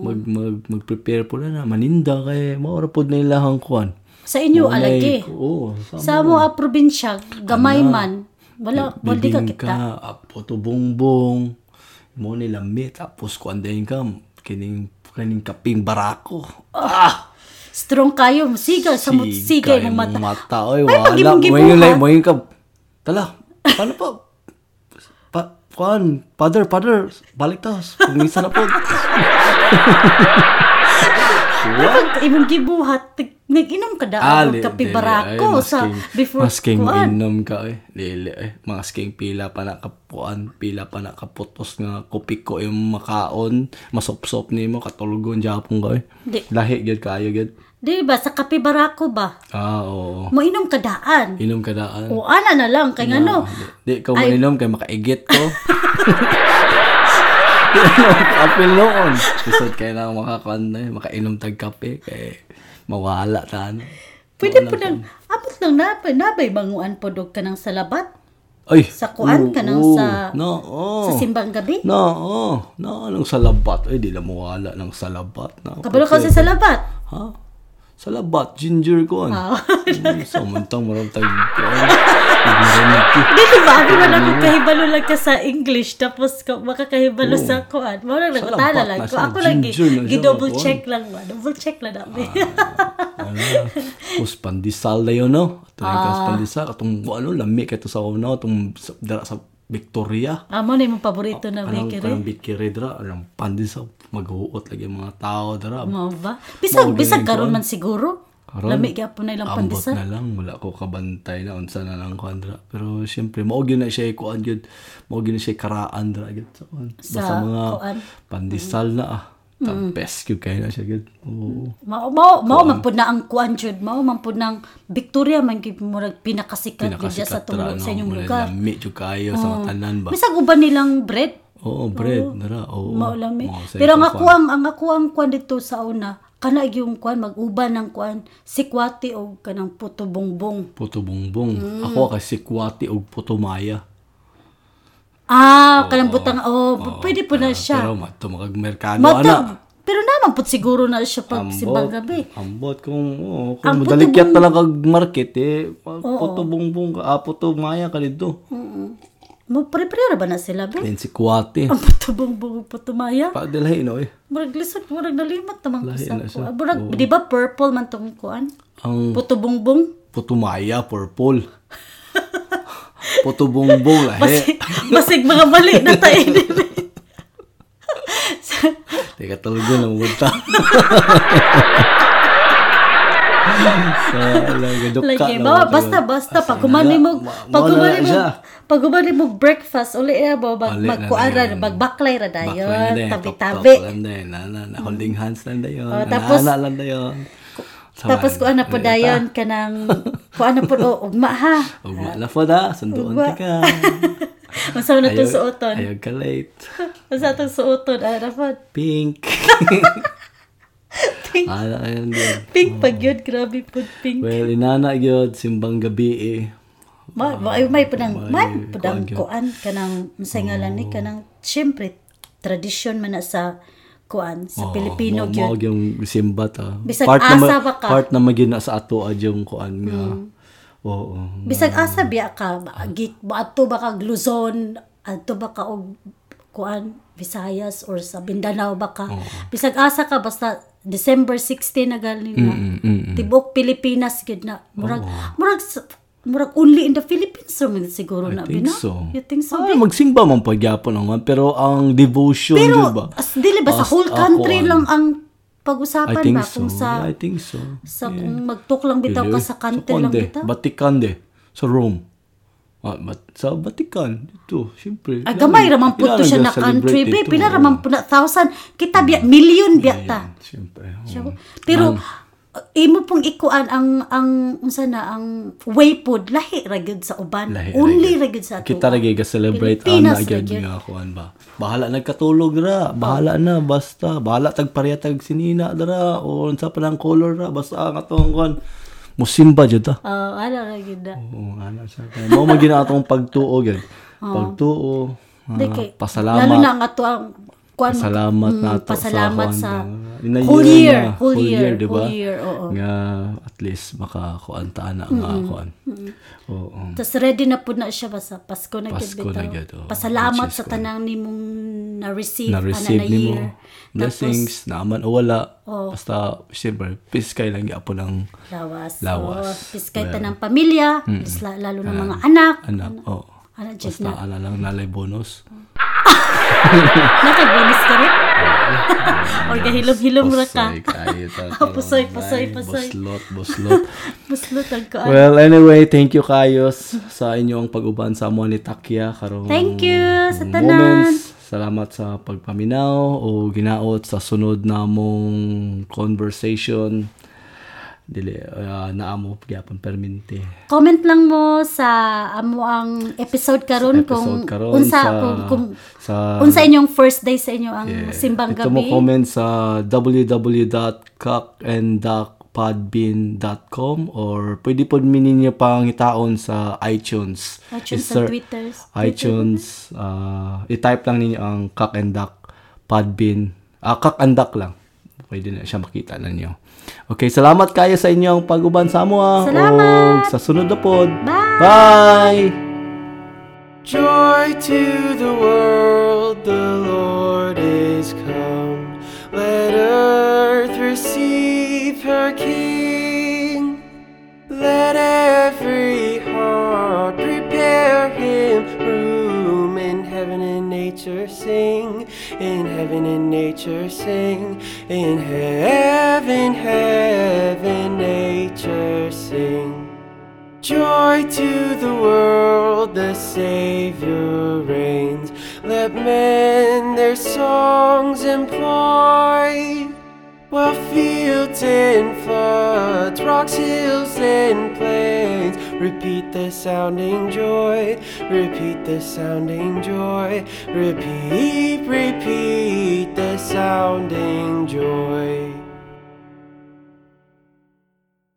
Speaker 2: Mag, mag mag-prepare po na na maninda kay maura pod na ilahang kuan.
Speaker 3: Sa inyo
Speaker 2: Walay-
Speaker 3: alagi.
Speaker 2: Oo.
Speaker 3: Sa mo a probinsya, gamay man. Wala, wala di ka
Speaker 2: Bibingka,
Speaker 3: kita.
Speaker 2: Eh, apo to bongbong. Mo ni lamit tapos kuan dayon ka kining kaning kaping barako. Ah!
Speaker 3: Strong kayo, siga sa mo siga mo mata.
Speaker 2: mata. Oy,
Speaker 3: Ay,
Speaker 2: wala. Mo
Speaker 3: pag-ibong gibuhat.
Speaker 2: yun lang, mo yun ka. Tala, paano pa? Pa, kuan, father, father, balik tas. Kung minsan na po.
Speaker 3: Pag imong gibuhat, tig- nag-inom ka
Speaker 2: Ah,
Speaker 3: daan
Speaker 2: li-
Speaker 3: og Ano, kape
Speaker 2: dili,
Speaker 3: barako
Speaker 2: ay,
Speaker 3: sa
Speaker 2: masking-
Speaker 3: before
Speaker 2: masking
Speaker 3: kuan.
Speaker 2: inom ka eh. Lili eh. Masking pila pa na kapuan, pila pa na kaputos nga kupik ko yung makaon, masop-sop ni mo, katulugon japon ka eh.
Speaker 3: Di.
Speaker 2: Lahi, gid kayo, gid.
Speaker 3: Di ba sa kape barako ba?
Speaker 2: Ah, oo.
Speaker 3: Moinom ka daan.
Speaker 2: Inom ka daan.
Speaker 3: O ana na lang kay ngano.
Speaker 2: Di, ikaw maninom kay makaigit ko. Kapil noon. Gusto kaya lang makakuan na yun, makainom tag kape. Kay mawala ta ano.
Speaker 3: Pwede po nang abot lang na nabay banguan pod og kanang salabat
Speaker 2: Ay!
Speaker 3: sa
Speaker 2: oo,
Speaker 3: kuan kanang
Speaker 2: oo.
Speaker 3: sa
Speaker 2: No, oh. oo.
Speaker 3: sa simbang gabi.
Speaker 2: No, oh. No, anong salabat? Ay, di na mawala ng salabat. No,
Speaker 3: Kabalo ka sa salabat.
Speaker 2: Ha? Salabat, ginger ko ano? Hmm, an. Samantang maramtang kuan.
Speaker 3: Dili ba? Ako na lang kahibalo lang ka sa English tapos ka, makakahibalo
Speaker 2: Oo.
Speaker 3: sa kuan. Mao lang
Speaker 2: Sa lampat
Speaker 3: nagutana lang
Speaker 2: na
Speaker 3: ko.
Speaker 2: siya,
Speaker 3: Ako lang gi,
Speaker 2: ginger na siya, Ah.
Speaker 3: gi double
Speaker 2: kuan.
Speaker 3: check lang ba. Double check lang namin.
Speaker 2: Ano? Kus pandisal dayon no. Ato yung kas pandisal atong ano lami kay to sa una atong sa- dara sa Victoria.
Speaker 3: Amo na imong paborito na
Speaker 2: Ah, Anong
Speaker 3: bakery.
Speaker 2: kanang bakery dra, anong pandisal maghuot lagi ang mga tao dra.
Speaker 3: Mao ba? Bisag
Speaker 2: Mao
Speaker 3: bisag
Speaker 2: galing
Speaker 3: karon
Speaker 2: kuan.
Speaker 3: man siguro.
Speaker 2: Karon,
Speaker 3: Lami gyapon na ilang
Speaker 2: Ambot
Speaker 3: pandesal.
Speaker 2: na lang wala ko kabantay na unsa na lang kuan dra. Pero syempre mao gyud na siya kuan gyud. Mao gyud na siya karaan dra gyud sa kuan.
Speaker 3: Sa
Speaker 2: Basta mga
Speaker 3: kuan. Mm.
Speaker 2: pandisal na ah. Tampes gyud kay na siya gyud. Oo.
Speaker 3: Mao mao mao man pud na ang kuan jud. Mao man pud nang Victoria man gyud murag pinakasikat gyud dyan sa
Speaker 2: dra,
Speaker 3: tungod sa
Speaker 2: no?
Speaker 3: inyong
Speaker 2: Muna
Speaker 3: lugar. Mm.
Speaker 2: Lami jud kayo sa mga tanan ba.
Speaker 3: Bisag uban nilang bread.
Speaker 2: Oo, bread, nara. Oo.
Speaker 3: Mao lami.
Speaker 2: Mga sa
Speaker 3: Pero ang
Speaker 2: ikaw, ah.
Speaker 3: ako ang ang ako ang kuan dito sa una kana yung kuan mag-uban ng kuan sikwati o kanang puto bongbong.
Speaker 2: Puto bongbong.
Speaker 3: Mm.
Speaker 2: Ako kasi kwati og puto maya.
Speaker 3: Ah, kanang butang oh, pwede po na siya.
Speaker 2: Ah, Pero ano, mato magmerkado ana.
Speaker 3: Mata, pero naman po siguro na siya pag simbang gabi.
Speaker 2: Ambot kung oh,
Speaker 3: Ang
Speaker 2: kung
Speaker 3: puto
Speaker 2: dalikyat
Speaker 3: bong-
Speaker 2: na lang kag market eh. pa- Puto bongbong ka, ah, puto maya ka dito.
Speaker 3: Hmm? Mo prepare ba na sila be?
Speaker 2: Then si kwati.
Speaker 3: Ang puto bongbong puto maya.
Speaker 2: Eh. Pa dalhin no eh.
Speaker 3: Murag lisod, murag nalimot naman ko
Speaker 2: Lahi
Speaker 3: sa
Speaker 2: na siya.
Speaker 3: kuan. Murag, di ba purple man tong kuan?
Speaker 2: Ang
Speaker 3: Puto bongbong.
Speaker 2: puto maya purple. puto bongbong lahi.
Speaker 3: Basig, basig mga mali na tayo.
Speaker 2: Teka talaga na mabunta. Talaga, joke
Speaker 3: Like,
Speaker 2: ka
Speaker 3: eh,
Speaker 2: na,
Speaker 3: bawa,
Speaker 2: mga
Speaker 3: basta,
Speaker 2: kawan.
Speaker 3: basta,
Speaker 2: Asan
Speaker 3: pag kumani
Speaker 2: na?
Speaker 3: mo,
Speaker 2: Ma-
Speaker 3: pag
Speaker 2: mawala
Speaker 3: kumani
Speaker 2: na
Speaker 3: mo,
Speaker 2: siya.
Speaker 3: pag kumani mo breakfast, uli na ba, mag,
Speaker 2: Uli na
Speaker 3: magkuara,
Speaker 2: dayon.
Speaker 3: magbaklay ra dayon,
Speaker 2: Baklay na dayon,
Speaker 3: tabi-tabi.
Speaker 2: tok-tok lang dayon, na- na- na- holding hands lang dayon,
Speaker 3: Oh, tapos-
Speaker 2: ana-ana lang dayon. Sawan,
Speaker 3: Tapos kuan na po
Speaker 2: ulit, ah.
Speaker 3: dayon, kanang, kuan na po, oh, ugma ha.
Speaker 2: Ugma na po da, sunduan ka
Speaker 3: Ugma.
Speaker 2: ka.
Speaker 3: Masaw na itong
Speaker 2: Ayaw-
Speaker 3: suoton.
Speaker 2: Ayaw ka late.
Speaker 3: Masaw itong suoton, ah, dapat.
Speaker 2: Pink.
Speaker 3: Pink.
Speaker 2: Ala, ayun yun.
Speaker 3: Pink pag yun, grabe po, pink.
Speaker 2: Well, inana yun, simbang gabi eh.
Speaker 3: Ma, ma, ay, may panang, may
Speaker 2: may Oh. kuan
Speaker 3: panang
Speaker 2: ka.
Speaker 3: kuan, kanang, masay nga lang ni, kanang, syempre, tradisyon man na sa kuan, sa Pilipino
Speaker 2: Oh, mo,
Speaker 3: yun.
Speaker 2: Mawag yung simba ta.
Speaker 3: Bisag asa ba ka? Hmm.
Speaker 2: Part na magina sa ato ad yung kuan nga. Oo.
Speaker 3: Bisag asa biya ka, ba- gi- ba- adto ba ka Luzon, adto ba ka og kuan Visayas or sa Mindanao ba ka. Bisag asa ka basta December 16 na galing
Speaker 2: Mm,
Speaker 3: na. Tibok Pilipinas gid na.
Speaker 2: Oh,
Speaker 3: Murag murag sa- murag only in the Philippines or man siguro
Speaker 2: I
Speaker 3: na
Speaker 2: think
Speaker 3: bina.
Speaker 2: so. Ah,
Speaker 3: You think so?
Speaker 2: Ay,
Speaker 3: Vic?
Speaker 2: magsimba man pagyapon naman. Pero ang devotion
Speaker 3: Pero
Speaker 2: di ba?
Speaker 3: as dili ba sa
Speaker 2: As-
Speaker 3: whole
Speaker 2: ah,
Speaker 3: country
Speaker 2: kuan.
Speaker 3: lang ang
Speaker 2: I
Speaker 3: pag-usapan
Speaker 2: think
Speaker 3: ba
Speaker 2: so.
Speaker 3: kung sa
Speaker 2: I think so.
Speaker 3: sa kung magtok lang bitaw ka
Speaker 2: Pili.
Speaker 3: sa country
Speaker 2: kuan
Speaker 3: lang
Speaker 2: de,
Speaker 3: bitaw.
Speaker 2: Vatican de. Sa Rome. Ah, but sa Vatican, ito, siyempre.
Speaker 3: Ay, Ah, gamay
Speaker 2: Ilan-
Speaker 3: raman po
Speaker 2: ilan ang
Speaker 3: to siya na
Speaker 2: ga-celebrate
Speaker 3: country, be.
Speaker 2: dito?
Speaker 3: Pila raman po na thousand. Kita biya, million biya ta.
Speaker 2: Siyempre. oo.
Speaker 3: Pero, uh, imo pong ikuan ang, ang, unsa na, ang way pod, lahi ra gyud sa uban.
Speaker 2: Lahi,
Speaker 3: Only ra
Speaker 2: lahi.
Speaker 3: gyud sa ato.
Speaker 2: Kita ah, lagi ga-celebrate ang
Speaker 3: Pilipinas
Speaker 2: nagyan
Speaker 3: lagi.
Speaker 2: nga kuan ano ba. Bahala nagkatulog ra, bahala na basta, bahala tag pareha tag sinina dara o unsa pa lang color ra basta ang atong kuan musimba jud ta.
Speaker 3: Oo, ala Ah, ra gyud na.
Speaker 2: Oo, ana sa kay. Mao man gina atong pagtuo gyud. Pagtuo. ah,
Speaker 3: Di kay-
Speaker 2: pasalamat.
Speaker 3: Lalo na ang ato ang, kuan,
Speaker 2: Pasalamat
Speaker 3: mm,
Speaker 2: nato
Speaker 3: pasalamat
Speaker 2: sa,
Speaker 3: sa,
Speaker 2: In a
Speaker 3: whole year,
Speaker 2: na,
Speaker 3: whole year,
Speaker 2: di ba?
Speaker 3: whole year, oo.
Speaker 2: Nga at least makakuan ta na nga kuan. Oo.
Speaker 3: Tapos ready na po na siya ba sa Pasko na
Speaker 2: Pasko
Speaker 3: gid
Speaker 2: na
Speaker 3: bitaw.
Speaker 2: gid, oh. oo.
Speaker 3: Pasalamat
Speaker 2: Which is
Speaker 3: sa tanang nimong na-receive,
Speaker 2: na-receive
Speaker 3: ana,
Speaker 2: ni
Speaker 3: year.
Speaker 2: mo. Blessings, naman o wala.
Speaker 3: oh.
Speaker 2: Basta, siyempre, piskay lang yapo ng
Speaker 3: Lawas.
Speaker 2: Lawas.
Speaker 3: Oo. Piskay tanang pamilya, isla- lalo ng mga anak.
Speaker 2: anak. Oo.
Speaker 3: Ano, Jeff
Speaker 2: oh. Basta, ala
Speaker 3: na?
Speaker 2: lang nalay bonus.
Speaker 3: Nakaglinis ka rin? Or gahilom-hilom ra ka.
Speaker 2: Pusoy kayo ta.
Speaker 3: Ah, pusoy, pusoy, pusoy.
Speaker 2: Buslot, buslot.
Speaker 3: Buslutag ko. ah.
Speaker 2: well, anyway, thank you, Kayos, sa inyong pag-uban sa amo ni Takya. Karong
Speaker 3: Thank you sa
Speaker 2: moments.
Speaker 3: tanan.
Speaker 2: Salamat sa pagpaminaw o ginaot sa sunod na mong conversation. Dili, uh, naamo gyapon permente.
Speaker 3: Comment lang mo sa amo ang episode karon kung
Speaker 2: Episode karon
Speaker 3: unsa
Speaker 2: sa,
Speaker 3: kung, kung
Speaker 2: sa
Speaker 3: unsa inyong first day sa inyo ang simbang
Speaker 2: Ito mo
Speaker 3: gabi.
Speaker 2: comment sa www.cockandduckpodbean.com or pwede po minin niyo pang itaon sa iTunes.
Speaker 3: iTunes
Speaker 2: I-search-
Speaker 3: and Twitters.
Speaker 2: iTunes, uh, ah, i-type lang ninyo ang Cock and Duck Podbean. Ah, Cock and Duck lang. pwede na siya makita ninyo. Okay, salamat kayo sa inyong pag-uban sa amo ah. O
Speaker 3: Salamat!
Speaker 2: sa sunod na pod. Bye!
Speaker 3: Bye!
Speaker 4: Joy to the world, the Lord is come. Let earth receive her King. Let every heart prepare him room. In heaven and nature sing. In heaven and nature sing. In heaven, heaven, nature sing. Joy to the world, the Savior reigns. Let men their songs employ. While fields and floods, rocks, hills, and plains repeat the sounding joy, repeat the sounding joy, repeat, repeat the sounding joy.